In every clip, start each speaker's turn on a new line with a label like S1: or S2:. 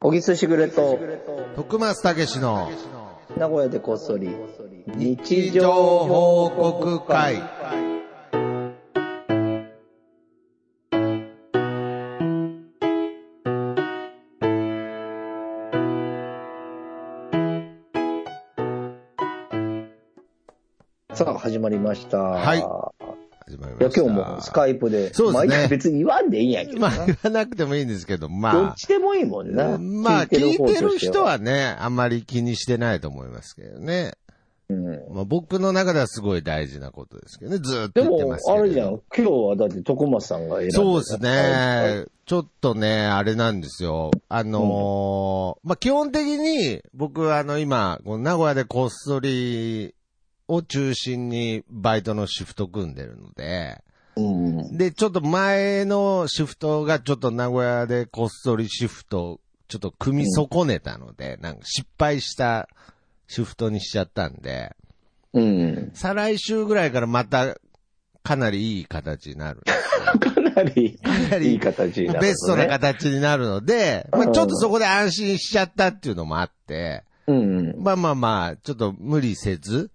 S1: 小木すしぐれと、
S2: 徳松たけしの
S1: 名古屋でこっそり、日
S2: 日
S1: 常
S2: 常
S1: 報
S2: 報
S1: 告
S2: 告
S1: 会
S2: 会。。
S1: さあ、始まりました。
S2: はい
S1: い
S2: 始まりま
S1: や、
S2: した。
S1: 今日もスカイプで。
S2: そうですね
S1: まあいいや別に言わんでいいんやけど
S2: ま
S1: な。
S2: あ言わなくてもいいんですけ
S1: ど
S2: ど、ま
S1: っちでもいいもんな。
S2: あ、まあ聞い
S1: 方として
S2: る人。はね、あんまり気にしてないと思いますけどね。
S1: うん
S2: まあ僕の中ではすごい大事なことですけどね、ずーっと
S1: で
S2: 言ってま
S1: も
S2: すけ、
S1: あ
S2: れど。
S1: れじゃん。今日はだって徳松さんが選んだ。
S2: そうですね。ちょっとね、あれなんですよ。あのーまあ、基本的に、僕はあの、今、この名古屋でこっそりを中心にバイトのシフト組んでるので、
S1: うん。
S2: で、ちょっと前のシフトがちょっと名古屋でこっそりシフト、ちょっと組み損ねたので、なんか失敗したシフトにしちゃったんで、
S1: うん。
S2: 再来週ぐらいからまた、かなりいい形にな るんですよ。
S1: かなり、
S2: かなり
S1: いい形になる、ね。
S2: ベストな。形になるので、まあ、ちょっとそこで安心しちゃったっていうのもあって、
S1: うん。
S2: まあまあまあ、ちょっと無理せず、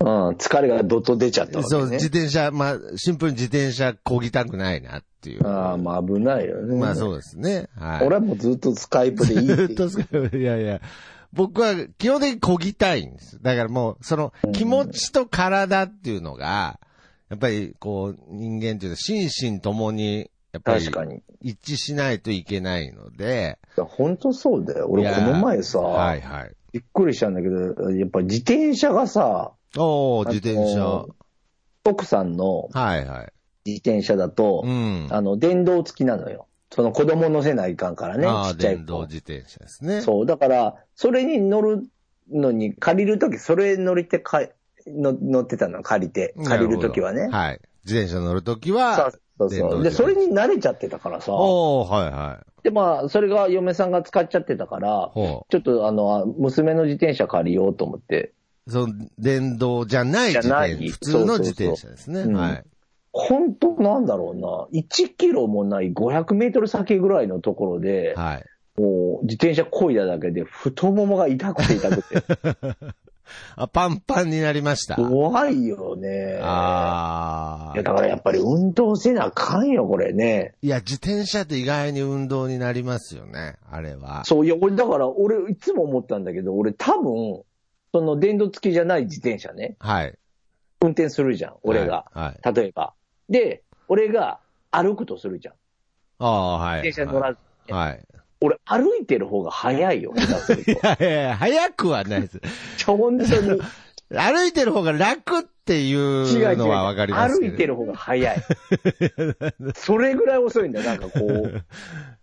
S1: うん。疲れがどっと出ちゃったわけ
S2: そう、
S1: ね。
S2: 自転車、まあ、シンプルに自転車こぎたくないなっていう。
S1: ああ、まあ危ないよね。
S2: まあそうですね。はい。
S1: 俺はもうずっとスカイプでいいって
S2: ずっとすか、 いやいや。僕は基本的にこぎたいんです。だからもう、その気持ちと体っていうのが、やっぱりこう、人間っていうのは心身ともに、やっぱり
S1: 確かに。
S2: 一致しないといけないので、
S1: 本当そうだよ。
S2: い
S1: 俺
S2: や
S1: この前さ、
S2: はいはい。
S1: びっくりしたんだけど、やっぱ自転車がさ、
S2: おお自転
S1: あ
S2: 車。
S1: の奥さんの
S2: はいはい。
S1: 自転車だと、
S2: うん。
S1: あの、電動付きなのよ。その子供乗せないかんからね、
S2: あ
S1: ち
S2: あ
S1: っちゃい
S2: 電動
S1: 子。
S2: 自転車ですね。
S1: そう。だから、それに乗るのに、借りるとき、それ乗りてかの、乗ってたの、借りて。
S2: な
S1: 借
S2: る
S1: り
S2: ほど
S1: るときはね。
S2: はい。自転車乗るとき
S1: そ
S2: は
S1: う、そう
S2: 電動
S1: そう。で、
S2: 自転車
S1: それに慣れちゃってたからさ。
S2: おおはいはい。
S1: で、まあ、それが嫁さんが使っちゃってたから、
S2: ほ
S1: ちょっとあの、あ娘の自転車借りようと思って。
S2: う。その、電動じゃない自転
S1: じゃない
S2: 車。普通の自転車ですね。
S1: そうそうそう
S2: はい。
S1: 本当なんだろうな。1キロもない500メートル先ぐらいのところで、
S2: はい。
S1: もう自転車こいだだけで太ももが痛くて痛くて。
S2: あ、パンパンになりました。
S1: 怖いよね。
S2: あ
S1: いや、だ
S2: あ。
S1: からやっぱり運動せなあかんよ、これね。
S2: いや、自転車って意外に運動になりますよね。あれは。
S1: そう、いや、俺、だから、俺、いつも思ったんだけど、俺多分、その電動付きじゃない自転車ね、
S2: はい。
S1: 運転するじゃん、俺が。
S2: はい。はい。
S1: 例えば。で、俺が歩くとするじゃん。
S2: ああ、はい。
S1: 自転車乗らず。
S2: はい。
S1: 俺、歩いてる方が早いよ、下手すると
S2: い やいやいや、早くはないです。
S1: 本当に。
S2: 歩いてる方が楽っていうのはわかりますけど。
S1: 歩いてる方が 早い。それぐらい遅いんだよ、なんかこ う、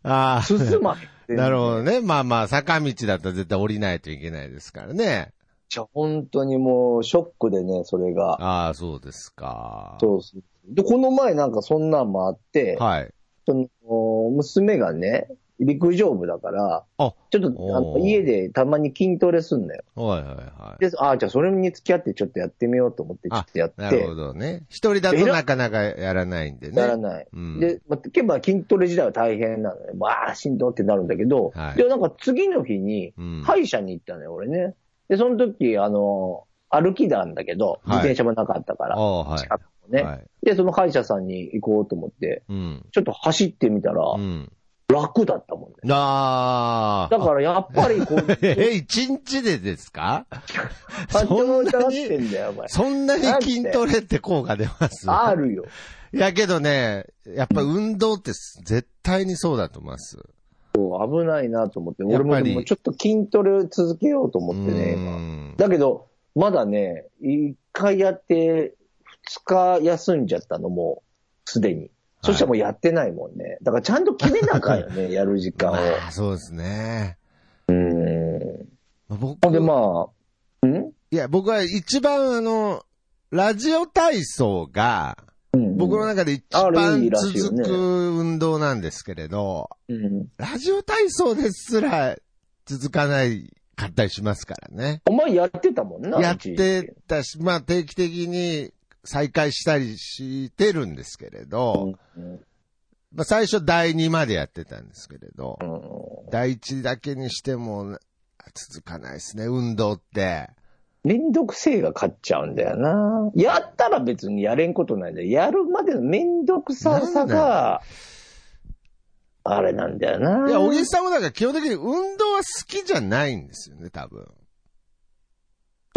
S2: ああ。
S1: 進まへん。
S2: なるほどね。まあまあ、坂道だったら絶対降りないといけないですからね。
S1: じゃあ本当にもう、ショックでね、それが。
S2: ああ、そうですか。
S1: そうそう。で、この前なんかそんなんもあって、
S2: はい。
S1: その、娘がね、陸上部だから、
S2: あ、
S1: ちょっとあ
S2: お
S1: の
S2: ー
S1: 家でたまに筋トレすんだよ。
S2: はいはいはい。
S1: で、ああ、じゃあそれに付き合ってちょっとやってみようと思って、ちょ
S2: あ
S1: っとやっ
S2: なる
S1: て
S2: ほ、どね。一人だとなかなかやらないんで
S1: やら
S2: ね。
S1: ない。
S2: うん。
S1: で、まあ、結構まあ筋トレ自体は大変なのね。まあ、しんどってなるんだけど、
S2: はい
S1: で、なんか次の日に、
S2: うん。
S1: 歯医者に行ったのよ、俺ね。で、その時、あの、歩きなんだけど、
S2: はい
S1: 自転車もなかったか
S2: あ
S1: ら、
S2: あ、はい。
S1: 近くもね、
S2: はい。
S1: で、その歯医者さんに行こうと思って、
S2: うん。
S1: ちょっと走ってみたら、
S2: うん。
S1: 楽だったもんね。
S2: ああ。
S1: だからやっぱりこ う、
S2: え、一日でですか
S1: 感
S2: そ
S1: 情
S2: ん
S1: が下が
S2: な
S1: っ
S2: に
S1: て、んだよ、お前。
S2: そんなに筋トレって効果出ます
S1: あるよ。
S2: いやけどね、やっぱ運動って絶対にそうだと思います。
S1: 危ないなと思って、
S2: や
S1: 俺
S2: っ
S1: も
S2: ぱり
S1: でもちょっと筋トレ続けようと思ってね、
S2: う
S1: 今
S2: ん
S1: だけど、まだね、一回やって、二日休んじゃったのも、すでに。そしたらもうやってないもんね。だからちゃんと決めなあかんよ ね、やる時間を。
S2: まあ、そうですね。
S1: うん。
S2: まあ僕
S1: ほんでまあ、ん
S2: いや、僕は一番あの、ラジオ体操が、
S1: うん。
S2: 僕の中で一
S1: あれい
S2: 番
S1: いらしいよね
S2: 続く運動なんですけれど、
S1: うん
S2: ラジオ体操ですら続かないかったりしますからね。
S1: お前やってたもんな。
S2: やっ
S1: 一時期
S2: てたし、まあ定期的に再開したりしてるんですけれど、
S1: うん
S2: まあ最初第2までやってたんですけれど、
S1: うん
S2: 第一だけにしても、続かないですね、運動って。
S1: めんどくせえが勝っちゃうんだよな。やったら別にやれんことないんだよ。やるまでのめんどくささが、あれなんだよな。
S2: いや、小木さんもなんか基本的に運動は好きじゃないんですよね、多分。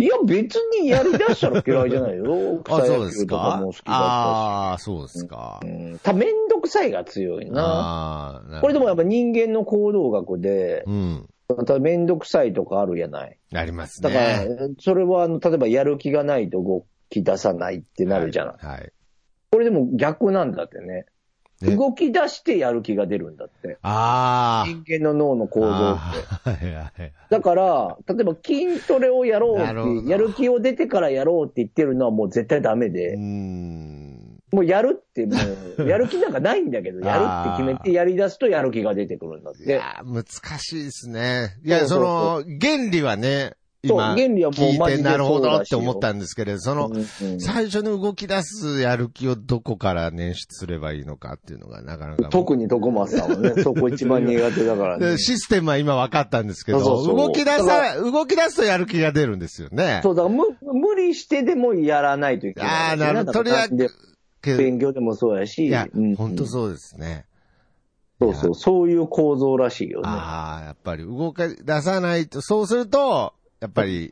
S1: いや、別にやりだしたら嫌いじゃないよ。
S2: あ、
S1: 草
S2: そう
S1: 野
S2: で
S1: 球
S2: す
S1: とか
S2: か
S1: も好きだっ
S2: ああ、そうですか
S1: た。し。うん。ただめんどくさいが強いな。
S2: ああ、なるほど
S1: これでもやっぱ人間の行動学で、
S2: うん。
S1: まためんどくさいとかあるやない。
S2: あります
S1: だから
S2: ね。、
S1: それはあの、例えばやる気がないと動き出さないってなるじゃない。
S2: はい。はい
S1: これでも逆なんだってね。
S2: ね
S1: 動き出してやる気が出るんだって。
S2: ああ。
S1: 人間の脳の構造って。
S2: あーはいはい
S1: だから、例えば筋トレをやろう
S2: なるほ
S1: っ
S2: ど
S1: て、やる気を出てからやろうって言ってるのはもう絶対ダメ
S2: うー
S1: で、
S2: ん。
S1: もうやるっても う、やる気なんかないんだけど、やるって決めてやり出すとやる気が出てくるんだっ
S2: い
S1: て。
S2: やー、難しいですね。いや、
S1: そうそ
S2: そうの、原理はね、
S1: そう、
S2: 今、
S1: 原理はも
S2: 聞
S1: うマジ
S2: いて
S1: で
S2: なるほ
S1: そう
S2: ど
S1: ら
S2: っ
S1: していよ
S2: 思ったんですけれど、その
S1: うん、うん
S2: 最初に動き出すやる気をどこから捻出すればいいのかっていうのがなかなか。
S1: 特に徳松さんは ね、そこ一番苦手だからね
S2: で。システムは今分かったんですけど、
S1: そうそうそう
S2: 動き出
S1: だか
S2: さ、動き出すとやる気が出るんですよね。
S1: そう、だから無無理してでもやらないといけない。
S2: ああ、なるほど。とりあ
S1: な
S2: え
S1: んか
S2: ず、けどい
S1: 勉強でもそうやし、
S2: や
S1: うん、
S2: 本当そうですね。
S1: そうそう、そういう構造らしいよね。
S2: ああ、やっぱり動か出さないと、そうすると、やっぱり、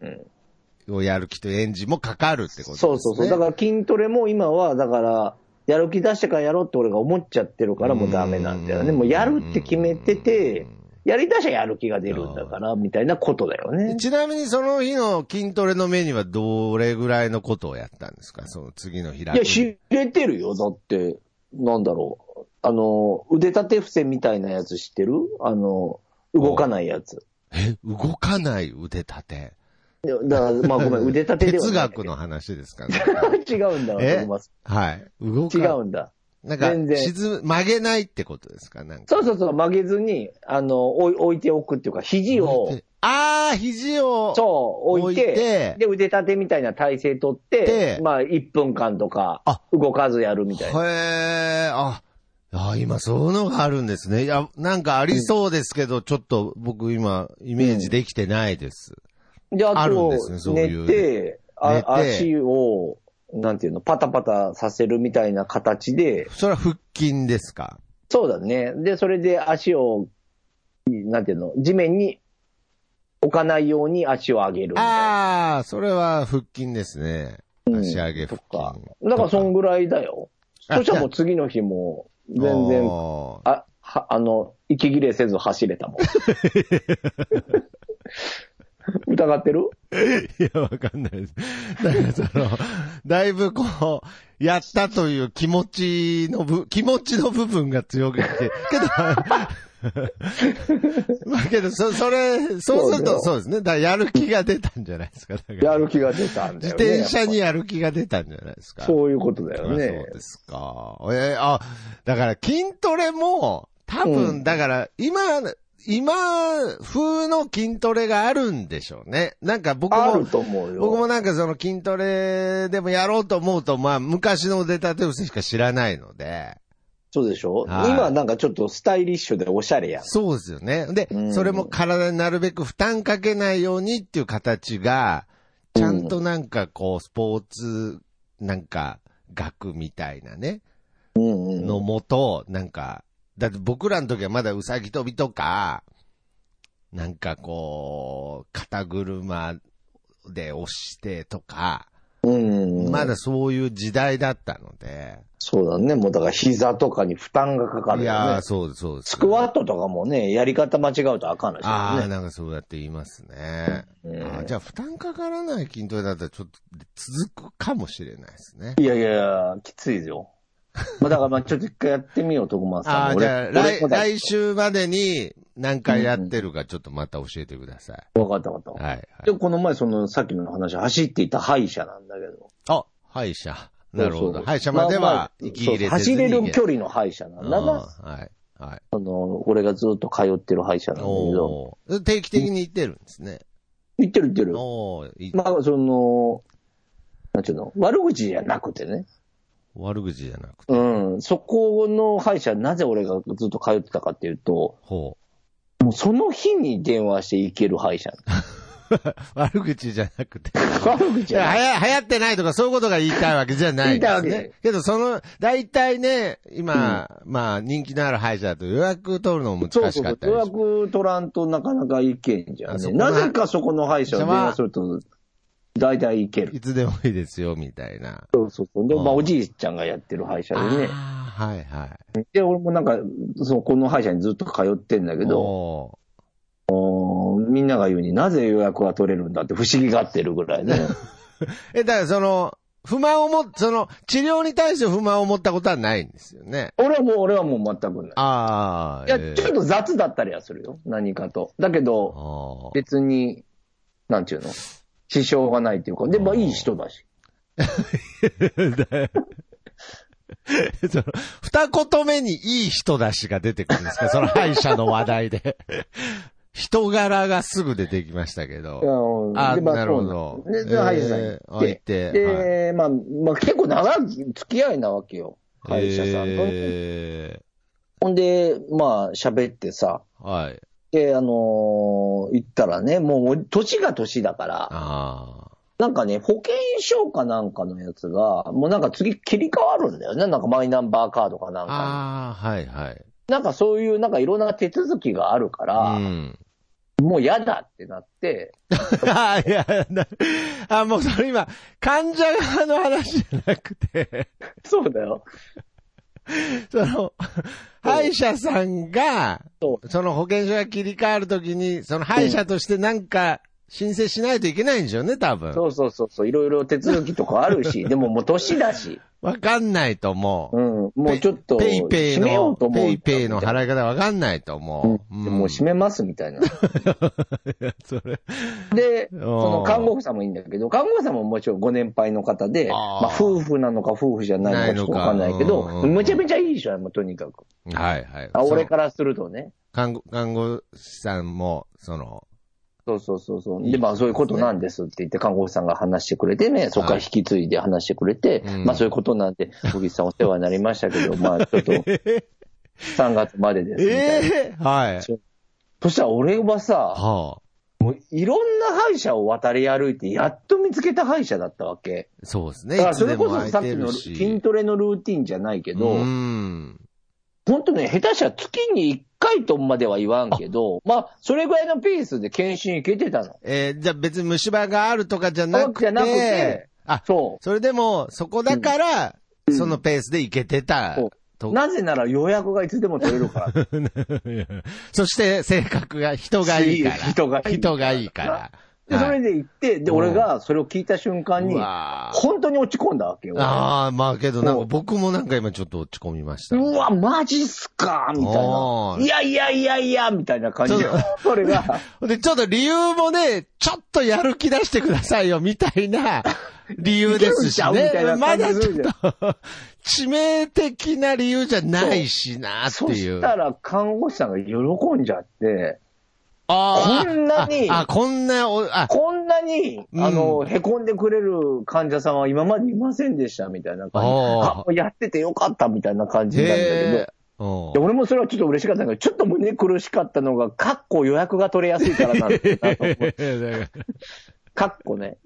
S2: やる気とエンジンもかかるってことですね。
S1: そうそうそう。だから筋トレも今は、だから、やる気出してからやろうって俺が思っちゃってるからもうダメなんだよね。
S2: うん
S1: もうやるって決めてて、やり出したらやる気が出るんだから、みたいなことだよね。
S2: ちなみにその日の筋トレのメニューはどれぐらいのことをやったんですかその次の日
S1: いや、知れてるよ。だって、なんだろう。あの、腕立て伏せみたいなやつ知ってるあの、動かないやつ。
S2: え、動かない腕立て。
S1: いやだから、まあ ごめん、腕立てでは
S2: 哲
S1: ない。
S2: 学の話ですかね。
S1: 違 うんだわ、
S2: え
S1: トマス
S2: はい。動か
S1: 違
S2: な
S1: うんだ。
S2: なんか
S1: 全、然
S2: 沈む、曲げないってことですかなんか。
S1: そうそうそう、曲げずに、あの、置い置いておくっていうか、肘を、
S2: ああ、肘を。
S1: そう、置いて、
S2: 置いて
S1: で、腕立てみたいな体勢取って、
S2: で
S1: まあ、1分間とか
S2: あ、
S1: 動かずやるみたいな。
S2: へえ、あ、あ今そういうのがあるんですね。いや、なんかありそうですけど、ちょっと僕今、イメージできてないです。
S1: で、あと、
S2: あるんですねそうい
S1: 寝
S2: う
S1: てあ
S2: 寝て
S1: 足を、なんていうの、パタパタさせるみたいな形で、
S2: それは腹筋ですか
S1: そうだね。で、それで足を、なんていうの、地面に置かないように足を上げるみたいな。
S2: ああ、それは腹筋ですね。
S1: うん
S2: 足上げ腹筋。
S1: か。だから、そんぐらいだよ。
S2: あ
S1: そしたらもう次の日も、全然、
S2: お
S1: あ、は、あの、息切れせず走れた もん。疑ってる
S2: ー。いや、わかんないです。だからその、だいぶこう、やったという気持ちのぶ、気持ちの部分が強くて。けど、まあけど、そ、それ、そうすると、
S1: そ
S2: そうですね。だからやる気が出たんじゃないですか。だから
S1: やる気が出たんだ
S2: 自
S1: よね。
S2: 転車に
S1: やっ
S2: やる気が出たんじゃないですか。
S1: ぱそういうことだ
S2: そ
S1: よ
S2: りゃ
S1: ね
S2: そう。ですか。えーあ、だから筋トレも、多分、
S1: うん
S2: だから、今、今風の筋トレがあるんでしょうね。なんか僕
S1: ある
S2: も、
S1: と思うよ。
S2: 僕もなんかその筋トレでもやろうと思うと、まあ昔の腕立て伏せしか知らないので、
S1: そうでしょ
S2: はい
S1: 今なんかちょっとスタイリッシュでおしゃれやん。
S2: そうですよね。で、
S1: うん
S2: それも体になるべく負担かけないようにっていう形が、ちゃんとなんかこう、スポーツ、なんか、学みたいなね。
S1: うんうん。
S2: のもと、なんか、だって僕らの時はまだうさぎ跳びとか、なんかこう、肩車で押してとか、
S1: うんうん。
S2: まだそういう時代だったので。
S1: そうだね。もうだから膝とかに負担がかか
S2: い
S1: るよ
S2: やー、
S1: ね。
S2: そうです、そうです。
S1: スクワットとかもね、やり方間違うとあかんらしい
S2: あ
S1: か
S2: あ、
S1: らね。
S2: なんかそうやって言いますね。
S1: うん
S2: あーじゃあ負担かからない筋トレだったらちょっと続くかもしれないですね。
S1: いやいやいや、きついですよ。まあだからまあちょっと一回やってみよう、徳松さん。
S2: ああ、
S1: 俺
S2: じゃあ
S1: 俺も
S2: 来、
S1: だ
S2: 来週までに何回やってるかちょっとまた教えてください。
S1: わかったわかった。
S2: はい、はい。
S1: で、この前、その、さっきの話、走っていた歯医者なんだけど。
S2: あ、敗者。なるほ
S1: そうそ
S2: ど。
S1: う
S2: 敗者まで
S1: ああ
S2: は、息切れ
S1: そう
S2: て
S1: 走れる距離の歯医者なんだな。
S2: うんはい。はい。
S1: あの、俺がずっと通ってる歯医者なんだけど。
S2: おー定期的に行ってるんですね。
S1: 行ってる行ってる。
S2: おーい
S1: まあ、その、なんちゅうの、悪口じゃなくてね。
S2: 悪口じゃなくて。
S1: うん。そこの歯医者、なぜ俺がずっと通ってたかっていうと、
S2: ほ
S1: もうその日に電話して行ける歯医 者。
S2: 悪口じゃなくて。
S1: 悪口
S2: い
S1: じゃ
S2: や、
S1: な。
S2: はいや、流行ってないとかそういうことが言いたいわけじゃない、で
S1: 言いた
S2: すね
S1: いわけじゃない
S2: けど、その、大体ね、今、まあ、人気のある歯医者だと予約取るのも
S1: そう
S2: 難し
S1: そ
S2: かっ
S1: う。
S2: たり
S1: 予
S2: します
S1: 約取らんとなかなか行けんじゃ
S2: あ
S1: ん、
S2: そ
S1: ね。
S2: この
S1: なぜかそこの歯医者を電話すると、大体行ける。
S2: いつでもいいですよ、みたいな。
S1: そうそうそう。で、ま
S2: う
S1: あ、
S2: ん
S1: おじいちゃんがやってる歯医者
S2: あ
S1: でね。
S2: あはいはい。
S1: で、俺もなんか、そうこの歯医者にずっと通ってんだけど、
S2: お
S1: みんなが言うになぜ予約が取れるんだって不思議がってるぐらいね。
S2: ーえ、だからその、不満をも、その、治療に対して不満を持ったことはないんですよね。
S1: 俺はもう、俺はもう全くない。
S2: ああ、
S1: いや、
S2: えー
S1: ちょっと雑だったりはするよ。何かと。だけど、
S2: あー
S1: 別に、なんちゅうの支障がないっていうか。で、まあ、いい人だし。
S2: その、二言目にいい人だしが出てくるんですかその歯医者の話題で。 人柄がすぐ出てきましたけど。あ
S1: でま
S2: なるほど
S1: そうなんです
S2: え
S1: で、
S2: ー
S1: 歯医者さんに行って。
S2: あ行って
S1: で、まあ、まあ、結構長い付き合いなわけよ。歯医者さんと。
S2: え
S1: ほんで、まあ、喋ってさ。
S2: ーはい。
S1: で、あのー行ったらね、もう、年が年だから、
S2: あ
S1: なんかね、保険証かなんかのやつが、もうなんか次切り替わるんだよね。なんかマイナンバーカードかな
S2: あ。
S1: んか
S2: ああ、はいはい。
S1: に。なんかそういう、なんかいろんな手続きがあるか
S2: う
S1: ら、
S2: ん。
S1: もう嫌だってなって、
S2: あーいや、な、あ、もうそれ今、患者側の話じゃなくて、
S1: そうだよ。
S2: その、歯医者さんが、
S1: そ
S2: その保険証が切り替わるときに、その歯医者としてなんか申請しないといけないんでしょうね、多分。
S1: そうそうそうそう、いろいろ手続きとかあるし、でももう年だし、
S2: わかんないと思
S1: う
S2: う。
S1: ん、もうちょっと、
S2: ペイペイ
S1: 閉めよ
S2: の、
S1: うと思う。
S2: ペイペイの払い方わかんないと思う。
S1: うんでもう閉めますみ たいな。
S2: め、 それ。
S1: で、そ
S2: ん
S1: の看護婦さんもいいんだけど、看護婦さんももちろんご年配の方で、
S2: あー
S1: まあ夫婦なのか夫婦じゃないのかちょっとわかんないけど
S2: ないのかう、ん
S1: めちゃめちゃいい人やもうとにかく。
S2: はいはい。
S1: あ、
S2: その
S1: 俺からするとね。
S2: 看護、看護師さんも、その、
S1: そうそうそうそう。
S2: いい
S1: で、まあそういうことなんですって言って、看護婦さんが話してくれてね、そこから引き継いで話してくれて、
S2: はいうん
S1: まあそういうことなんで、小木さんお世話になりましたけど、まあちょっと、3月までですみたいな。
S2: ええはい。
S1: そしたら俺はさ、
S2: はあ。
S1: もういろんな歯医者を渡り歩いて、やっと見つけた歯医者だったわけ。
S2: そうです
S1: だか
S2: ね。い
S1: らそ
S2: つ
S1: れ
S2: で
S1: こ
S2: も
S1: そ
S2: 空い
S1: さっき
S2: て
S1: の
S2: る
S1: 筋
S2: し。
S1: トレのルーティンじゃないけど、
S2: うん。
S1: 本当ね、下手したら月に1回とまでは言わんけど、まあ、それぐらいのペースで検診行けてたの。
S2: えーじゃあ別に虫歯があるとかじゃなく
S1: じ
S2: て、
S1: ゃなくて
S2: あ、
S1: そ
S2: それでも、そこだから、そのペースでいけてた
S1: そう。う。
S2: と。
S1: なぜなら予約がいつでも取れる から。
S2: そして、性格が、人がいいから。
S1: 人がいい
S2: 人がいいから。
S1: で、そ
S2: はい
S1: れで行って、で、
S2: うん
S1: 俺がそれを聞いた瞬間に
S2: う、わー
S1: 本当に落ち込んだわけよ。う
S2: ああ、まあけど、なん
S1: そ
S2: か
S1: う
S2: 僕もなんか今ちょっと落ち込みました。
S1: わ、マジっすかみたい
S2: お
S1: な。
S2: ー
S1: いやいやいやいや、みたいな感じで
S2: そうだ、
S1: それが、
S2: で、ちょっと理由もね、ちょっとやる気出してくださいよ、みた いな理由ですし
S1: いけるん
S2: ね
S1: ちゃう。みた
S2: ま
S1: いな
S2: だ
S1: 感じ
S2: ち
S1: す
S2: ょ
S1: る
S2: っ
S1: じゃん
S2: と、致命的な理由じゃないしな、って
S1: そ
S2: い
S1: し
S2: う。
S1: たら看護師さんが喜んじゃって、
S2: あー
S1: こんなに
S2: あ、あこんなお、あ、
S1: こんなに、
S2: うん
S1: あの、へこんでくれる患者さんは今までいませんでした、みたいな感じ。あ、
S2: おー
S1: もうやっててよかった、みたいな感じなんだけど
S2: へ。え。うん
S1: で俺もそれはちょっと嬉しかったんだけど、ちょっと胸苦しかったのが、かっこ予約が取れやすいからなんだなと思うかっこね。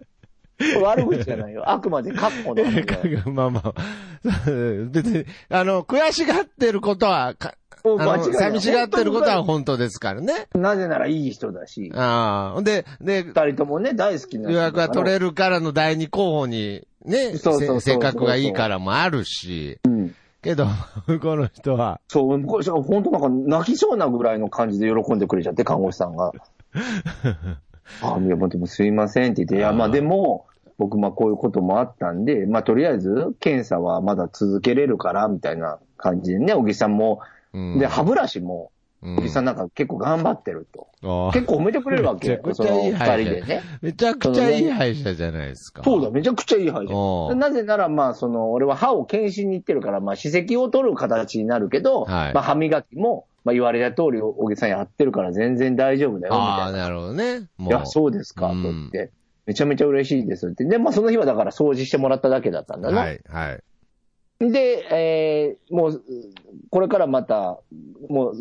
S1: 悪口じゃ ないよ。あくまでかっこの話だよ。
S2: まあまあ、 別に、あの、悔しがってることは、か
S1: もう
S2: あ
S1: 間違い
S2: の
S1: ない
S2: 寂しがってることは
S1: 本
S2: 本当ですからね。
S1: 当になぜならいい人だし、
S2: ああ、ほんで、で、
S1: 二人ともね、大好きな人
S2: 予
S1: だ
S2: 約
S1: から。
S2: が取れるからの第二候補に、ね、
S1: そうそうそうそう
S2: せ性格がいいからもあるし、
S1: うん。
S2: けど、 向こうの人は、
S1: そう、向こう本当なんか泣きそうなぐらいの感じで喜んでくれちゃって、看護師さんが。あ、いや、もうでもすいませんって言って、いや、まあでも、僕、まあこういうこともあったんで、まあとりあえず、検査はまだ続けれるから、みたいな感じでね、小木さんも、
S2: うん
S1: で、歯ブラシも、
S2: うん
S1: 小木さんなんか結構頑張ってると。
S2: ああ
S1: 結構褒めてくれるわけよ
S2: めちゃ、く
S1: そ
S2: ちゃ
S1: の
S2: いい
S1: 二
S2: 歯医者
S1: 人でね。
S2: めちゃくちゃいい歯医者じゃないですか。
S1: そうだ、めちゃくちゃいい歯医
S2: お
S1: 者。
S2: う
S1: なぜなら、まあ、その、俺は歯を検診に行ってるから、まあ、歯石を取る形になるけど、
S2: はい
S1: まあ、歯磨きも、まあ、言われた通り、小木さんやってるから全然大丈夫だよ、み
S2: あ
S1: た
S2: あ、
S1: いな。
S2: なるほどね。も。
S1: いうや、そうですか、と
S2: うん
S1: 言って。めちゃめちゃ嬉しいですって。で、まあ、その日はだから掃除してもらっただけだったんだな。
S2: はい、はい。
S1: で、えーもう、これからまた、もう、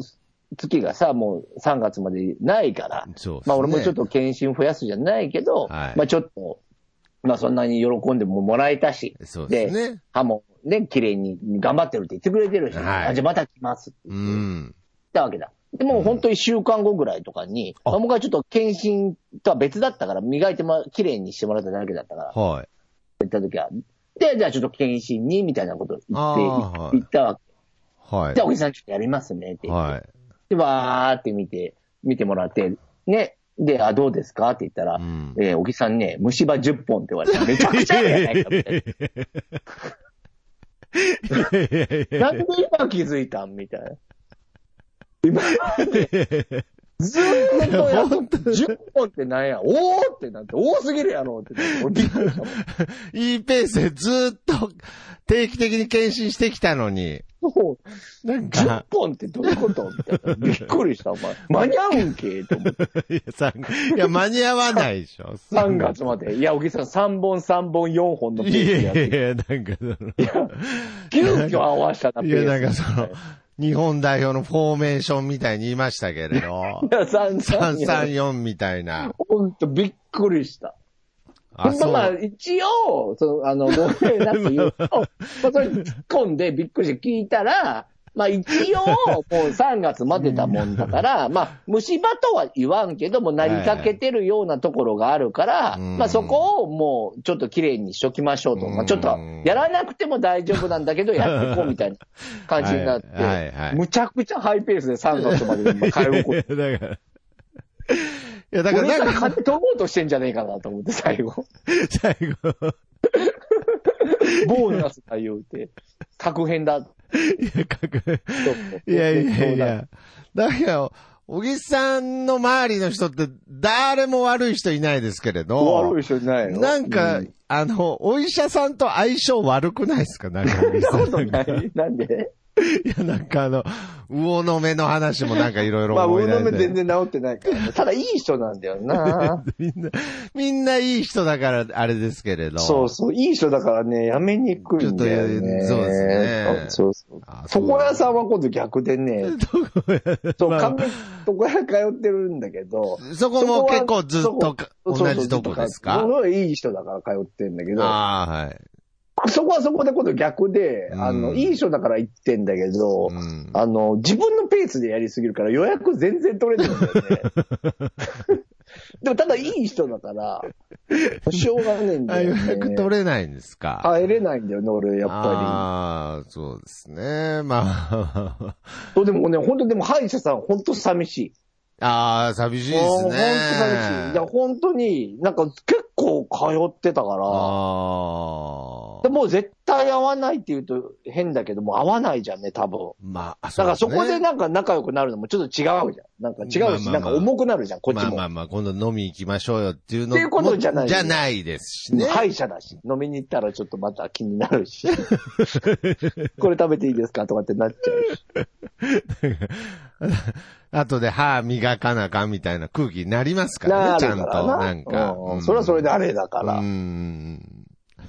S1: 月がさ、もう3月までないから、
S2: そうですね
S1: まあ俺もちょっと検診増やすじゃないけど、
S2: はい
S1: まあちょっと、まあそんなに喜んでももらえたし、
S2: そうですね。
S1: 歯もね、綺麗に頑張ってるって言ってくれてるし、
S2: はい
S1: あじゃあまた来ますって
S2: う
S1: 言って
S2: ん。
S1: たわけだ。でも本当に1週間後ぐらいとかに、
S2: あ
S1: まあ僕はちょっと検診とは別だったから、磨いてま、綺麗にしてもらっただけだったから、
S2: はい。
S1: 行った時は、で、じゃあちょっと検診に、みたいなこと言って、
S2: あーはい
S1: 行ったわけ。
S2: は
S1: じゃあおじさんちょっとやりますねって
S2: い。
S1: 言って、
S2: はい。
S1: で、わーって見て、見てもらって、ね。で、あ、どうですかって言ったら、
S2: うん
S1: えー、小木さんね、虫歯10本って言われて、めちゃくちゃやないか みたいな。なんで今気づいたんみたいな。今まで、ずーっとやっと10本ってなんや、おーってなって、多すぎるやろってなって、俺びっくりしたもん。
S2: いいペースでずーっと定期的に検診してきたの に。
S1: そう
S2: なん
S1: 10
S2: か、
S1: 本ってどういうことみたいな。びっくりした、お前。間に合うんけと思って。
S2: いやさいや、間に合わないでし ょ。
S1: 3月まで。いや、小木さん3本、3本、4本のペー
S2: い
S1: ス
S2: や
S1: で
S2: い
S1: やっ
S2: や
S1: て
S2: いや、なんかその、
S1: 急遽合わせたな、
S2: い
S1: ペー
S2: や、
S1: ス
S2: なんかその、日本代表のフォーメーションみたいに言いましたけれど、
S1: いや、三三三
S2: 334みたいな。
S1: ほんと、びっくりした。
S2: あ、
S1: まあ
S2: そ
S1: まあ、
S2: う。
S1: 一応、その、あの、ごめんな って言うと、まあ、それ突っ込んでびっくりして聞いたら、まあ一応、もう3月までだもんだ から、まあ虫歯とは言わんけども、なりかけてるようなところがあるから、
S2: うん
S1: まあそこをもうちょっと綺麗にしときましょうと。まあちょっと
S2: うん、
S1: やらなくても大丈夫なんだけ ど、やっていこうみたいな感じになって、
S2: はいはいはい
S1: むちゃくちゃハイペースで3月まで通うこと。
S2: いやだから、いや、だ
S1: 俺か
S2: から、
S1: ら
S2: なんか、
S1: 金取ろうとしてんじゃねえかなと思って、最後。
S2: 最後、
S1: ボーナスだ言うて。確変だ。
S2: いや、かく、
S1: い
S2: いやいやい。や。だけど、小木さんの周りの人って、誰も悪い人いないですけれど
S1: 悪、い人いないの
S2: なんか、
S1: うん
S2: あの、お医者さんと相性悪くないですかなんか、小木さん
S1: そんなことないなん で
S2: いや、なんかあの、魚の目の話もなんかいろいろ
S1: まあ、
S2: 思い
S1: 上
S2: 出
S1: の
S2: して。
S1: 目全然治ってないからね。ただ、いい人なんだよ な。
S2: みんな、みんないい人だから、あれですけれど。
S1: そうそう。いい人だからね、やめにくいんだよね。
S2: ちょっとそうですね
S1: そうそう
S2: あそう
S1: 床屋さんは今度逆で ね、そう、髪床屋通ってるんだけど、
S2: そこも結構ずっとか
S1: そこは
S2: 同じとこです
S1: そう
S2: か
S1: そうずっと通っていい人だから通ってんだけど、
S2: ああ、はい。
S1: そこはそこで今度逆で、
S2: うん
S1: あの、いい人だから行ってんだけど、
S2: うん
S1: あの、自分のペースでやりすぎるから予約全然取れてるんだよ ね。でもただいい人だから、しょうがねえん
S2: あ
S1: だよ、
S2: 予
S1: ね。
S2: 約取れないんですか
S1: 入れないんだよね、俺、やっぱ
S2: ああ、そうですね。 まあ、
S1: り。そう、でもね、本当でも歯医者さん、本当寂しい。
S2: ああ、寂しいで
S1: もう本
S2: す
S1: 当
S2: ね。
S1: 寂しい。いや、本当に、なんか結構通ってたから、
S2: あ
S1: で
S2: あ。
S1: もう絶対会わないって言うと変だけど、もう会わないじゃんね、多分。
S2: まあ、
S1: だからそこ
S2: うす
S1: で
S2: ね
S1: なんか仲良くなるのもちょっと違うじゃん。なんか違うし、
S2: まあまあまあ
S1: なんか重くなるじゃん、こっち
S2: まあ
S1: も。
S2: まあまあ、今度飲み行きましょうよっていうの
S1: っていうことじゃない
S2: じゃないですしね。
S1: 歯医者だし、飲みに行ったらちょっとまた気になるし、 これ食べていいですかとかってなっちゃうし。
S2: あとで歯磨かなあかんみたいな空気になりますからね、ちゃんと。なんか。
S1: う
S2: うんん
S1: それはそれであれだか
S2: う
S1: ら。
S2: ん。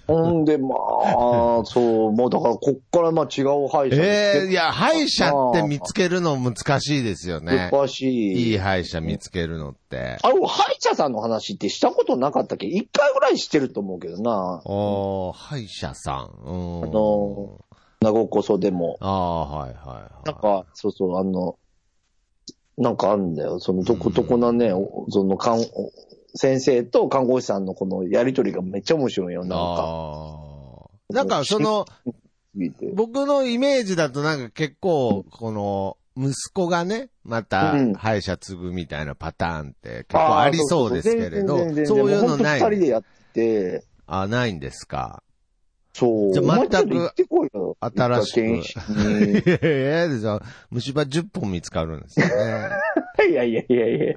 S1: ほんで、まあ、そう、もうだからこっからまあ違う歯医者
S2: ええ
S1: 見つ
S2: いや、歯医者って見つけるの難しいですよ
S1: け
S2: ね。
S1: 難しい。
S2: いい歯医者見つけるのって。
S1: あれ、歯医者さんの話ってしたことなかったっけ一回ぐらいしてると思うけどな。
S2: おー、歯医者さん。うん。
S1: あの名古屋こそでも。
S2: ああ、はいはい
S1: なん
S2: は
S1: か、そうそう、あの、なんかあるんだよ。その、どこどこなね、おその、看お先生と看護師さんのこのやりとりがめっちゃ面白いよ。
S2: い。
S1: なんか、
S2: ああ。なんかその、
S1: 聞いて。
S2: 僕のイメージだとなんか結構、この、息子がね、また
S1: うん
S2: 歯医者継ぐみたいなパターンって結構ありそうですけれど、
S1: 全然全然
S2: そういう
S1: も
S2: の
S1: う本当
S2: な
S1: 二人
S2: い。
S1: でやってて、
S2: あ、ないんですか。
S1: そう。
S2: じゃあ
S1: お前
S2: 全く
S1: ちょっと行ってこいよ。
S2: 新しく
S1: 一回検
S2: い
S1: 診
S2: やいやいやじゃあ虫歯10本見つかるんですよね。
S1: にいやいやいやいや。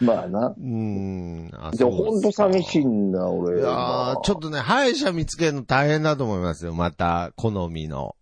S1: まあな。
S2: うーん。あ
S1: で、
S2: そう
S1: ほん
S2: で
S1: と
S2: すか
S1: 寂しいんだ、
S2: い
S1: 俺。
S2: や
S1: まあ
S2: ーちょっとね、歯医者見つけるの大変だと思いますよ。また、好みの。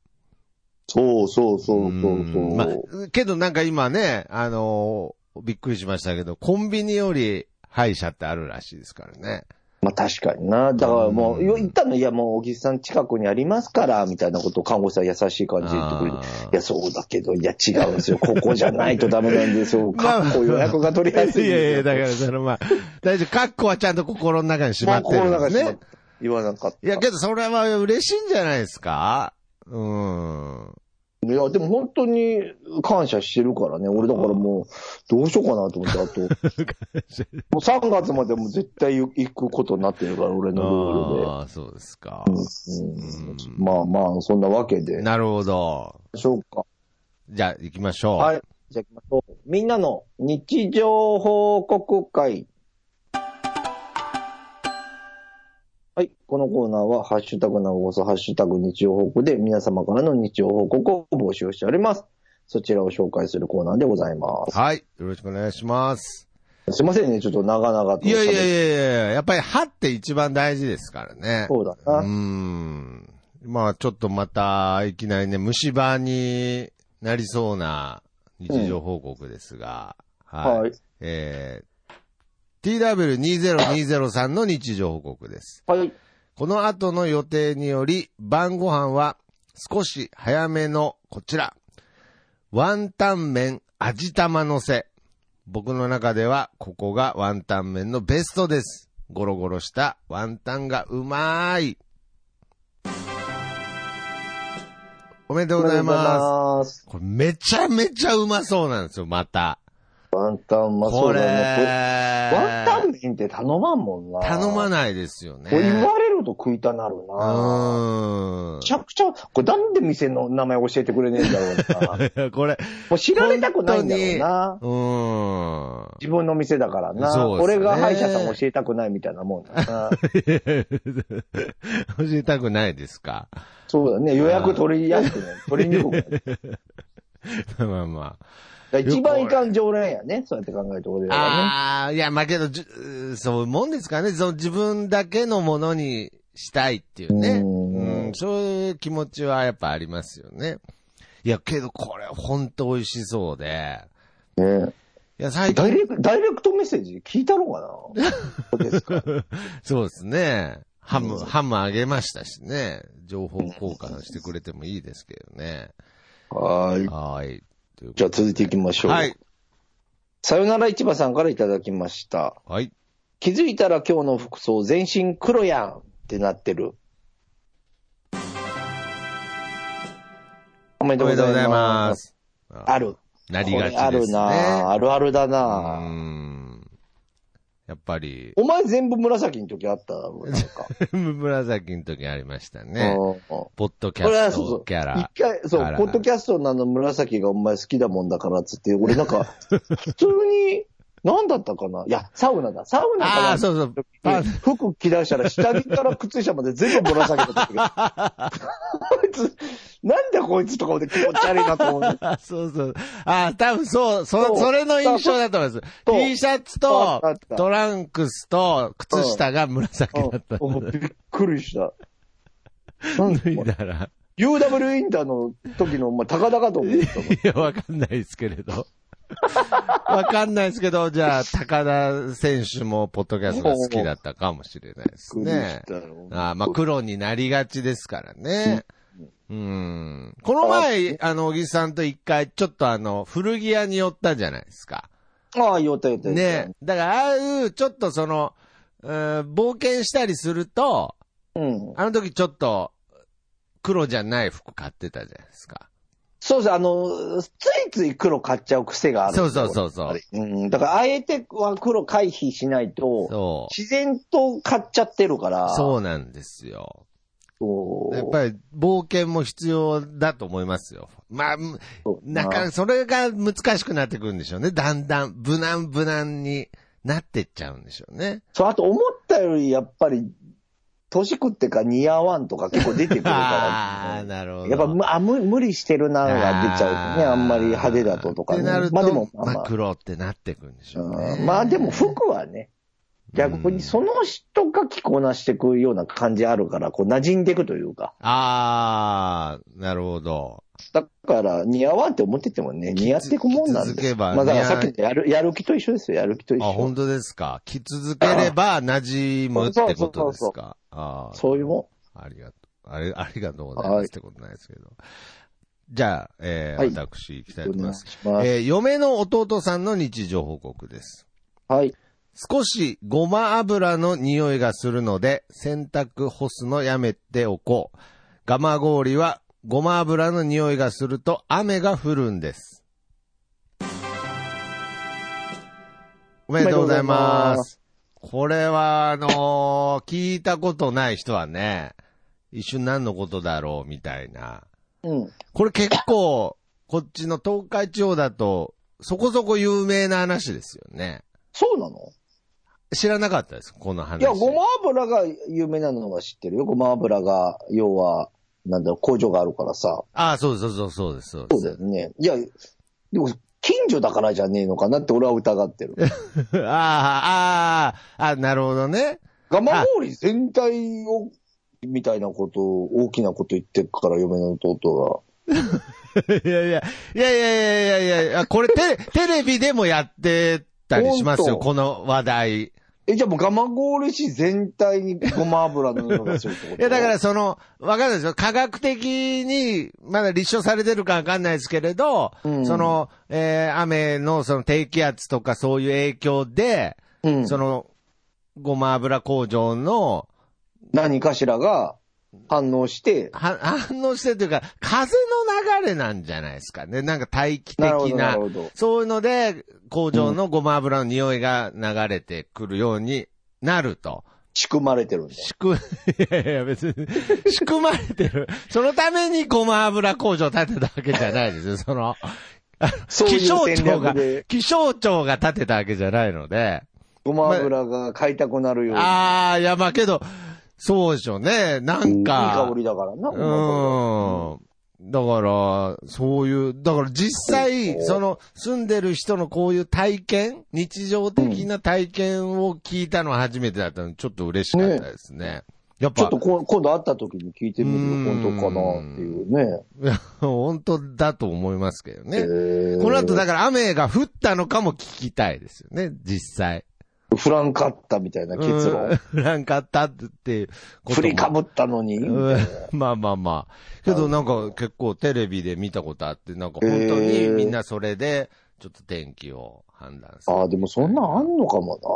S1: そうそうそうそうそう。
S2: んまあ、けどなんか今ね、あのーびっくりしましたけど、コンビニより歯医者ってあるらしいですからね。
S1: まあ確かにな。だからもう、
S2: うん
S1: 言ったの、いやもう、小木さん近くにありますから、みたいなことを看護師さん優しい感じで言ってくれて
S2: あ。ー
S1: いや、そうだけど、いや違うんですよ。ここじゃないとダメなんですよ。かっこ予約が取りやすいん
S2: いやい
S1: で
S2: や、
S1: すよ。
S2: だからそのまあ、大丈夫、カッコはちゃんと心の中にしまってる
S1: まあ
S2: ん
S1: 心の中
S2: で
S1: に
S2: す
S1: しまっ
S2: ね。
S1: 言わなかった。
S2: いや、けどそれは嬉しいんじゃないですかうん。
S1: いや、でも本当に感謝してるからね。俺だからもう、どうしようかなと思って、あと。もう3月までも絶対行くことになってるから、俺のルールで。
S2: ああ、そうですか。
S1: うんまあまあ、そんなわけで。
S2: なるほど。
S1: でしょうか。
S2: じゃあ、行きましょう。
S1: はい。じゃあ行きましょう。みんなの日常報告会。はい。このコーナーは、ハッシュタグなごそ、ハッシュタグ日常報告で皆様からの日常報告を募集しております。そちらを紹介するコーナーでございます。
S2: はい。よろしくお願いします。
S1: すいませんね、ちょっと長々と。
S2: いやいやいやいや、やっぱり歯って一番大事ですからね。
S1: そうだな
S2: うーん。まあちょっとまた、いきなりね、虫歯になりそうな日常報告ですが、はい。
S1: はい。
S2: えー、TW2020 さんの日常報告です。
S1: はい。
S2: この後の予定により、晩ご飯は少し早めのこちら。ワンタン麺味玉のせ。僕の中ではここがワンタン麺のベストです。ゴロゴロしたワンタンがうまーい。おめでとうございます。
S1: す。
S2: これめちゃめちゃうまそうなんですよ、また。
S1: ワンタンうまそ
S2: こ
S1: う
S2: れ、
S1: だね。ワンタン麺って頼まんもんな。
S2: 頼ま
S1: い。
S2: ないですよね。
S1: これ言われると食いたなる
S2: う
S1: な。
S2: ーん
S1: めちゃくちゃ、これなんで店の名前教えてくれねえんだろうな。も
S2: これ、
S1: う知られたくないんだろうな。
S2: うーん。
S1: 自分の店だからな。
S2: そうですね
S1: 俺が歯医者さん教えたくないみたいなもんだな。
S2: 教えたくないですか。
S1: そうだね。予約取りやすくない。取りにくくない。だか
S2: まあま
S1: ら一番いかん常連やね。そうやって考えて俺
S2: あ。
S1: らはね。
S2: ああ、いや、まあけど、じゅそういうもんですかね。その自分だけのものにしたいっていうね。
S1: うん
S2: うんそういう気持ちはやっぱありますよね。いや、けどこれほんと美味しそうで。
S1: ね
S2: いや、最
S1: ダイ
S2: 近、
S1: レクト、ダイレクトメッセージ聞いたろうかなそうですか。
S2: そうですね。ハム、
S1: うん
S2: ハムあげましたしね。情報交換してくれてもいいですけどね。
S1: はい。
S2: はい。ということ
S1: じゃあ続いていきましょう。
S2: はい。
S1: さよなら市場さんからいただきました。
S2: はい。
S1: 気づいたら今日の服装全身黒やんってなってる。おめで
S2: お
S1: とうご
S2: めでとう
S1: ざ
S2: ござい
S1: い
S2: ま
S1: ます。
S2: す。
S1: ある。
S2: なりがちで
S1: これ
S2: すね。
S1: あるなあるあるだ
S2: う
S1: なあ
S2: ん。やっぱり、
S1: お前全部紫の時あったな、なんか。
S2: 紫の時ありました ね。
S1: うんうん
S2: ポッドキ
S1: 俺
S2: ャ
S1: は
S2: ス
S1: そうそ
S2: ト
S1: う。
S2: キャ
S1: 一
S2: ラ。
S1: 回、そ
S2: あら
S1: う、ポッドキャストのあの紫がお前好きだもんだからっつって、俺なんか、 普通に、何だったかないや、サウナだ。サウナか
S2: あ
S1: ら
S2: あ、そうそう。パン
S1: 服着出したら下着から靴下まで全部紫だ ったけど。こいつ、なんだこいつとか思って気持ち悪いなと思う。
S2: あそうそう。ああ、多分そう、
S1: そ
S2: そ、
S1: う
S2: それの印象だと思います。
S1: そう
S2: T シャツ
S1: そ
S2: と
S1: うだった
S2: トランクスと靴下が紫だった。
S1: うんびっくりした。なん
S2: 脱いだら。
S1: UW インターの時の、まあ、高々と思ってたもん。
S2: いや、わかんないですけれど。わかんないですけど、じゃあ、高田選手もポッドキャストが好きだったかもしれないです
S1: びっくり
S2: ね
S1: し。たよ。
S2: あーまあ、黒になりがちですからね。うん。この前、あの、小木さんと一回、ちょっとあの、古着屋に寄ったじゃないですか。
S1: ああ、言おうた言おうた。
S2: ね。だから、ああいう、ちょっとその、うん冒険したりすると、
S1: うん。
S2: あの時ちょっと、黒じゃない服買ってたじゃないですか。
S1: そうそう、あの、ついつい黒買っちゃう癖がある。
S2: そうそうそうそう
S1: あれうん。だから、あえては黒回避しないと、
S2: そう。
S1: 自然と買っちゃってるから。
S2: そうなんですよ。
S1: そう。
S2: やっぱり冒険も必要だと思いますよ。まあ、む
S1: そう
S2: なかなかそれが難しくなってくるんでしょうね。だんだん、無難無難になってっちゃうんでしょうね。
S1: そう、あと思ったよりやっぱり、年食ってか似合わんとか結構出てくる
S2: あ
S1: か
S2: あー、
S1: ら。
S2: なるほど。
S1: やっぱむあ無無理してるなが出ちゃうね。あんまり派手だととか
S2: っ
S1: ね。
S2: てなると、
S1: ま
S2: ま
S1: あで
S2: あ
S1: も、まあまあ
S2: 黒ってなってくるんでしょ
S1: う
S2: うね。
S1: んまあでも服はね、逆にその人が着こなしていくような感じあるから、こう馴染んでいくというか。
S2: ああ、なるほど。
S1: だから、似合わんって思っててもね、似合っていくもんなん
S2: 続
S1: で。
S2: けばね
S1: まあ、だからさっきのやる、やる気と一緒ですよ、やる気と一
S2: あ、本
S1: 緒。
S2: 当ですか。着続ければ馴染むってことですか。あー
S1: そういうも
S2: ありがとう。あれ、ありがとうございますってことないですけど。じゃあ、えー
S1: はい
S2: 私、行きたい
S1: ん。
S2: と
S1: お
S2: 思い
S1: 願い
S2: ます。
S1: します。
S2: えー嫁の弟さんの日常報告です。
S1: はい。
S2: 少しごま油の匂いがするので、洗濯干すのやめておこう。ガマ氷はごま油の匂いがすると雨が降るんです。おめでとうございます。これは、あのー聞いたことない人はね、一瞬何のことだろうみたいな。
S1: うん。
S2: これ結構、こっちの東海地方だと、そこそこ有名な話ですよね。
S1: そうなの
S2: 知らなかったです、この話。
S1: いや、ごま油が有名なのは知ってるよ。ごま油が、要は、なんだろう、工場があるからさ。
S2: ああ、そうそうそう、そうです、そう
S1: そ
S2: で
S1: う
S2: す。
S1: だよね。いや、でも、近所だからじゃねえのかなって俺は疑って る。
S2: ああ、ああ、あなるほどね。
S1: ガマ氷全体を、みたいなことを、大きなこと言ってるから、嫁の弟
S2: いやいや、いやいやいやいやいやいや、これ テレ、テレビでもやってたりしますよ、
S1: 本当
S2: この話題。い
S1: が。え、じゃあもうガマ氷市全体にごま油の色がするってことい
S2: や、だから、その、わかんないですよ。科学的に、まだ立証されてるかわかんないですけれど、
S1: うん
S2: その、えー雨のその低気圧とかそういう影響で、
S1: うん、
S2: その、ごま油工場の、
S1: 何かしらが反応して、
S2: は反応してというか、風の流れなんじゃないですかね。なんか大気
S1: なるほ
S2: 的
S1: ど、な
S2: な
S1: る。ほど。
S2: そういうので、工場のごま油の匂いが流れてくるようになると。
S1: 仕組まれてるんだよ。
S2: 仕組、いやいや別に、仕組まれてる。そのためにごま油工場建てたわけじゃないですよ。その、
S1: そういう
S2: 気象
S1: 戦
S2: 庁が
S1: 略で、、
S2: 気象庁が建てたわけじゃないので。
S1: ごま油が買いたくなるように。
S2: ああ、いやまあけど、そうでしょうね。なんか。
S1: いい香りだからな。ごま
S2: うん。だから、そういう、だから実際、
S1: うん
S2: その、住んでる人のこういう体験、日常的な体験を聞いたのは初めてだったので、ちょっと嬉しかったですね。やっ
S1: ちょ
S2: ぱ
S1: っと、こ今度会った時に聞いてみる
S2: うん
S1: よ、本当かなっていうね。
S2: 本当だと思いますけどね。
S1: えー
S2: この後、だから雨が降ったのかも聞きたいですよね、実際。
S1: フランカッタみたいな結論。
S2: うん。なんかあったっていうことも
S1: 振りかぶったのに。
S2: うんまあまあまあ。けどなんか結構テレビで見たことあって、なんか本当にみんなそれで、ちょっと天気を判断する。
S1: ああ、でもそんなんあんのかもな。不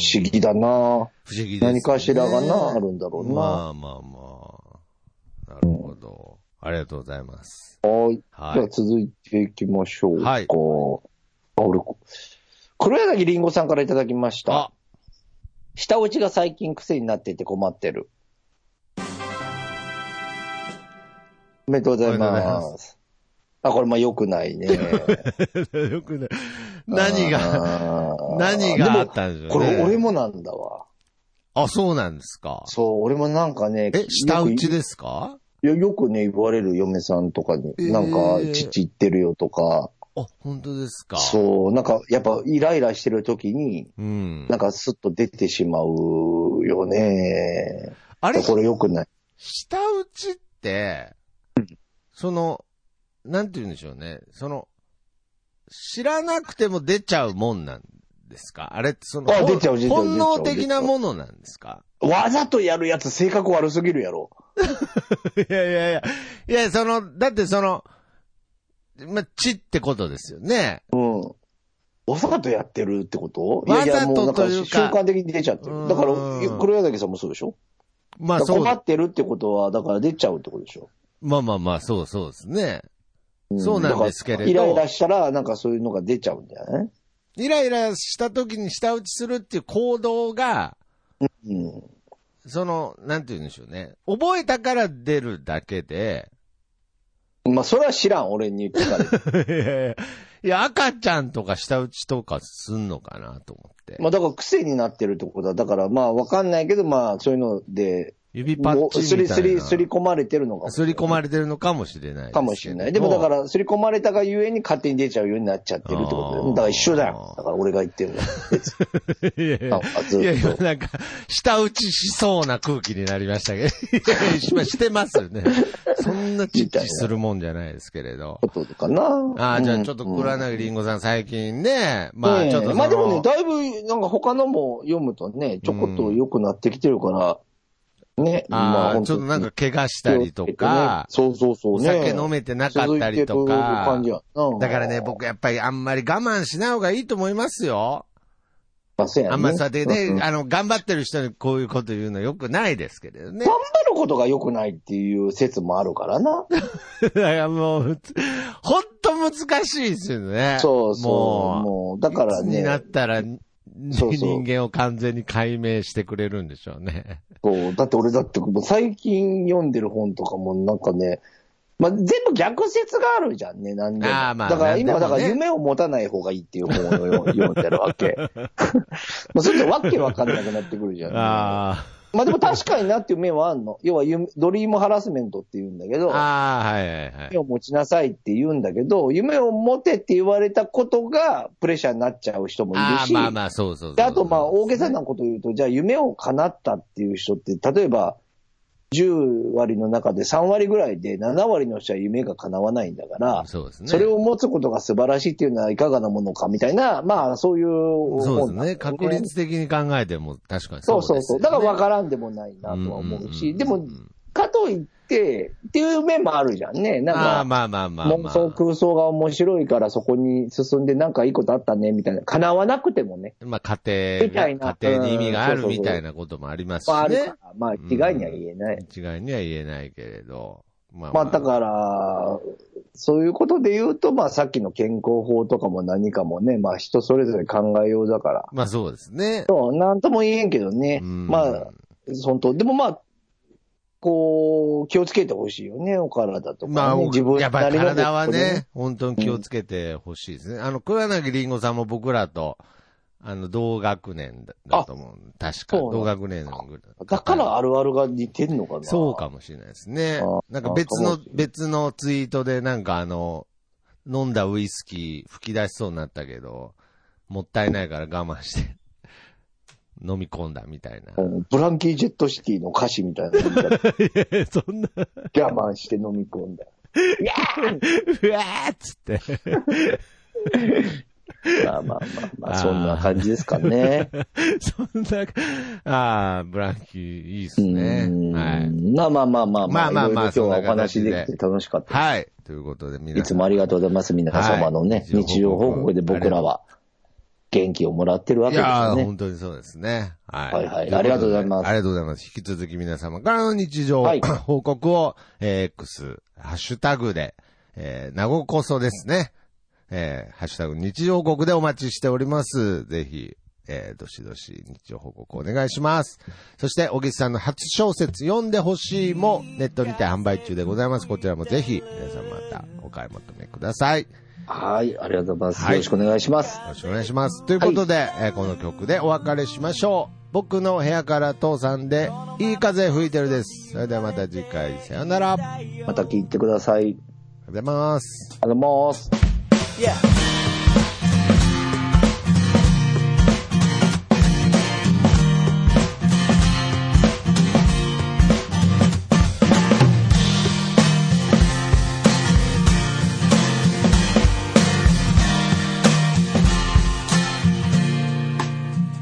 S1: 思議だな。
S2: 不思議です、ね。
S1: 何かしらがな、あるんだろうな。
S2: まあまあまあ。なるほど。ありがとうございます。
S1: はい。
S2: は
S1: じゃあ
S2: い。
S1: 続いていきましょうか。
S2: はい
S1: あ、俺、黒柳りんごさんからいただきました。
S2: あ、
S1: 下打ちが最近癖になっていて困ってる。おめでとうござい
S2: おめでとうござい
S1: ま。
S2: ます
S1: あ、これまあ良くないね。
S2: よくね。 何が、
S1: が
S2: 何があったんでしょうね。
S1: これ俺。もなんだわ。
S2: あ、そうなんですか。
S1: そう、俺もなんかね。
S2: え、下打ち
S1: よ
S2: ですか
S1: くよよくね、言われる嫁さんとかに、
S2: えー
S1: なんか、父言ってるよとか、
S2: あ、本当ですか。う。
S1: そう、なんか、やっぱイライラしてる時に、
S2: うん
S1: な。んかスッと出てしまうよね。
S2: あれ、
S1: これ良くない。
S2: 下打ちって、その、なんて言うんでしょうね。その、知らなくても出ちゃうもんなんですかあれってその、
S1: あ
S2: ほん
S1: 出ちゃう出ちゃう
S2: 本能
S1: 出ちゃう
S2: 的なものなんですか
S1: わざとやるやつ性格悪すぎるやろ。
S2: いやいやいや。いや、その、だってその、ま、血ってことですよね。
S1: うん。わざとやってるってこと
S2: わざと
S1: やや、もうなんか
S2: とい
S1: 習
S2: うか
S1: 慣的に出ちゃって
S2: うん
S1: る。だから、黒柳さんもそうでしょ
S2: まあ
S1: だから
S2: そう、
S1: 困
S2: ま
S1: ってるってことは、だから出ちゃうってことでしょ
S2: あまあまあ、そうそうですね。
S1: うん
S2: そうなんですけ
S1: だ
S2: れど
S1: からイライラしたら、なんかそういうのが出ちゃうんじゃない
S2: イライラした時に下打ちするっていう行動が、
S1: うん。
S2: その、なんて言うんでしょうね。覚えたから出るだけで、
S1: まあ、それは知らん、俺に言って から。
S2: いやいや いや、赤ちゃんとか舌打ちとかすんのかなと思って。
S1: まあ、だから癖になってるってことだ。だから、まあ、わかんないけど、まあ、そういうので、
S2: 指パ
S1: も
S2: ッ
S1: う、
S2: チ
S1: すり
S2: みた
S1: す
S2: い
S1: り、
S2: な。
S1: すり込まれてるのかも。
S2: すり込まれてるのかもしれないすけど。
S1: かもしれない。でもだから、すり込まれたがゆえに勝手に出ちゃうようになっちゃってるってことだ
S2: あ
S1: よ
S2: ー
S1: だから一緒だよ。だから俺が言ってるの。別に
S2: いやい
S1: な
S2: や
S1: んかずっと
S2: いやいや、なんか、舌打ちしそうな空気になり ましたけど、いやいやししてますよね。そんなチッチするもんじゃないですけれど。
S1: ことかな。
S2: ああ、じゃ
S1: う
S2: あ
S1: ん
S2: ちょっと黒柳りんごさん最近ね、ま
S1: ま
S2: あ
S1: あ、
S2: ちょっとその、
S1: まあでもね、だいぶ、なんか他のも読むとね、ちょこっと良くなってきてるから、ね。ま
S2: ああ、
S1: 本
S2: ち
S1: 当
S2: ょっ
S1: に
S2: となんか怪我したりとか、
S1: そうそうそう
S2: お
S1: ね。
S2: 酒飲めてなかったりと
S1: 続いてくる
S2: か
S1: 感、じやな
S2: だからね、、僕やっぱりあんまり我慢しない方がいいと思いますよ。
S1: まあそうやね
S2: あんまりさて
S1: うん
S2: ね、
S1: 頑張
S2: あの、頑張ってる人にこういうこと言うのよくないですけれどね。
S1: ることが良くないっていう説もあるからな。
S2: だ からもう、ほんと難しいですよね。
S1: そうそう。
S2: も
S1: もう、
S2: う、
S1: だから
S2: いつになっ
S1: ね、
S2: たら、
S1: そうそう
S2: 人間を完全に解明してくれるんでしょうね。
S1: そう。だって俺だってもう最近読んでる本とかもなんかね、まあ、全部逆説があるじゃんね、なんでも。
S2: あーまあ
S1: だから
S2: なんでも
S1: 今、
S2: ね
S1: だから夢を持たない方がいいっていう本を読 読んでるわけ。まあ、それってわけわかんなくなってくるじゃん。
S2: あ
S1: まあでも確かになっていう面はあんの。要は夢ドリームハラスメントって言うんだけ
S2: あ、
S1: ど、
S2: ああ、はいはいはい
S1: 夢。を持ちなさいって言うんだけど、夢を持てって言われたことがプレッシャーになっちゃう人もい
S2: あ
S1: る
S2: あ、
S1: し、
S2: まあまあ、そうそうそう
S1: であとまあ大げさなこと言うと、じゃあ夢を叶ったっていう人って、例えば10割の中で3割ぐらいで7割の人は夢が叶わないんだから、
S2: そうですね。
S1: それを持つことが素晴らしいっていうのはいかがなものかみたいな、まあそういう
S2: そう
S1: 本な
S2: です
S1: んだよ
S2: ね。確率的に考えても確かに
S1: そう
S2: です
S1: そうそう。だから分
S2: る
S1: からんでもないなとは思うし、でも、
S2: あ
S1: かといって、っていう面もあるじゃんね。なん
S2: あー、
S1: か、
S2: まあまあまあま
S1: 妄
S2: あ。
S1: 想空想が面白いからそこに進んでなんかいいことあったね、みたいな。叶わなくてもね。
S2: まあ、家
S1: みたい
S2: 庭
S1: な、
S2: が家庭に意味があ
S1: うん
S2: る
S1: そうそうそう
S2: みたいなこともあります
S1: まああ
S2: し
S1: るか
S2: ね
S1: ら。、まあ一概には言えない。
S2: 一概には言えないけれど。まあ
S1: まあだから、そういうことで言うと、まあさっきの健康法とかも何かもね、まあ人それぞれ考えようだから。
S2: まあそうですね。
S1: そう、なんとも言えんけどね。
S2: うん
S1: まあ、本当。でもまあ、こう、気をつけてほしいよね、お体とか、ね。
S2: まあ、
S1: 自分
S2: やっぱり
S1: なりの
S2: 体はね、本当に気をつけてほしいですね。あの、黒柳りんごさんも僕らと、あの、同学年だだと思う。確
S1: そ
S2: か、
S1: うなんだ
S2: 同学年のぐらい。
S1: だからあるあるが似てんのかな。
S2: そうかもしれないですね
S1: あ。
S2: なんか別
S1: あ
S2: の
S1: かもしれ、ない
S2: 別のツイートでなんかあの、飲んだウイスキー吹き出しそうになったけど、もったいないから我慢して、 飲み込んだみたいな
S1: う。ん。ブランキー・ジェット・シティの歌詞みたいなのが
S2: い やそんな、
S1: 我慢して飲み込んだ。
S2: うわーっつって。
S1: まあまあまあ まあ、そんな感じですかね。
S2: そんな、ああ、ブランキー、いいっすね
S1: う。ん
S2: はい。
S1: まあまあまあまあ
S2: まあま
S1: い
S2: あまあ
S1: ろいろ今日はお
S2: そ
S1: 話
S2: んな
S1: で
S2: 形で
S1: きて楽しかった。
S2: はい。ということで、皆
S1: い
S2: さん。
S1: つもありがとうございます、皆様のね、
S2: はい
S1: 日常報告で僕らは元気をもらってるわ
S2: い
S1: けです
S2: や
S1: よ
S2: ー、
S1: ね。
S2: 本当にそうですね。はい。
S1: はいはい
S2: とうことで
S1: ありがとうございます
S2: ありがとうございます。引き続き皆様からの日常、
S1: はい
S2: 報告を、えー X、ハッシュタグで、えー、名護こそですね。えー、ハッシュタグ日常報告でお待ちしております。ぜひ、えー、どしどし日常報告お願いします。そして、小木さんの初小説読んでほしいも、ネットにて販売中でございます。こちらもぜひ、皆さんまたお買い求めください。
S1: はい、ありがとうございます。
S2: はい
S1: よろしくお願いします。
S2: よろしくお願いします。ということで、えーこの曲でお別れしましょう。僕の部屋から父さんで、いい風吹いてるです。それではまた次回、さよなら。ありがと
S1: また聞いてください。
S2: うございます。
S1: ありがとうございます。
S3: Yeah.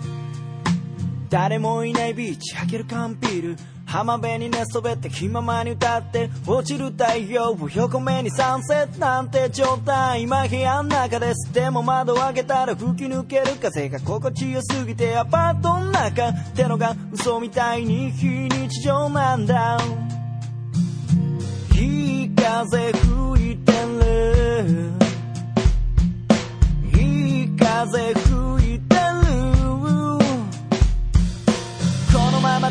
S3: 「誰もいないビーチ開ける缶ビール」「浜辺に寝そべって気ままに歌って」「落ちる太陽を横目にサンセットなんて状態」「今部屋の中です」「でも窓を開けたら吹き抜ける風が心地よすぎて」「アパートの中ってのが嘘みたいに非日常なんだ」「いい風吹いてる」「いい風吹いてる」このまま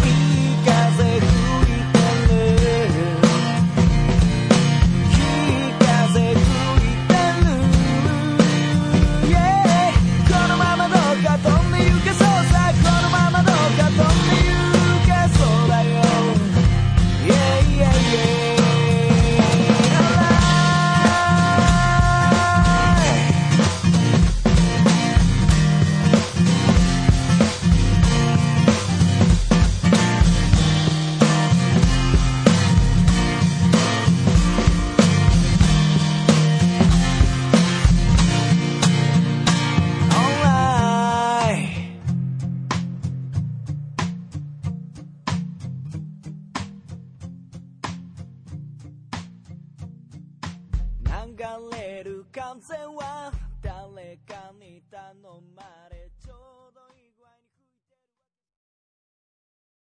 S3: いい風吹いてるいい風吹いてる Yeah このままどうか飛んで行けそうさこのままどうか飛んで行けそうだよ Yeah yeah yeah Alright オンライン流れる風は誰かに頼まれて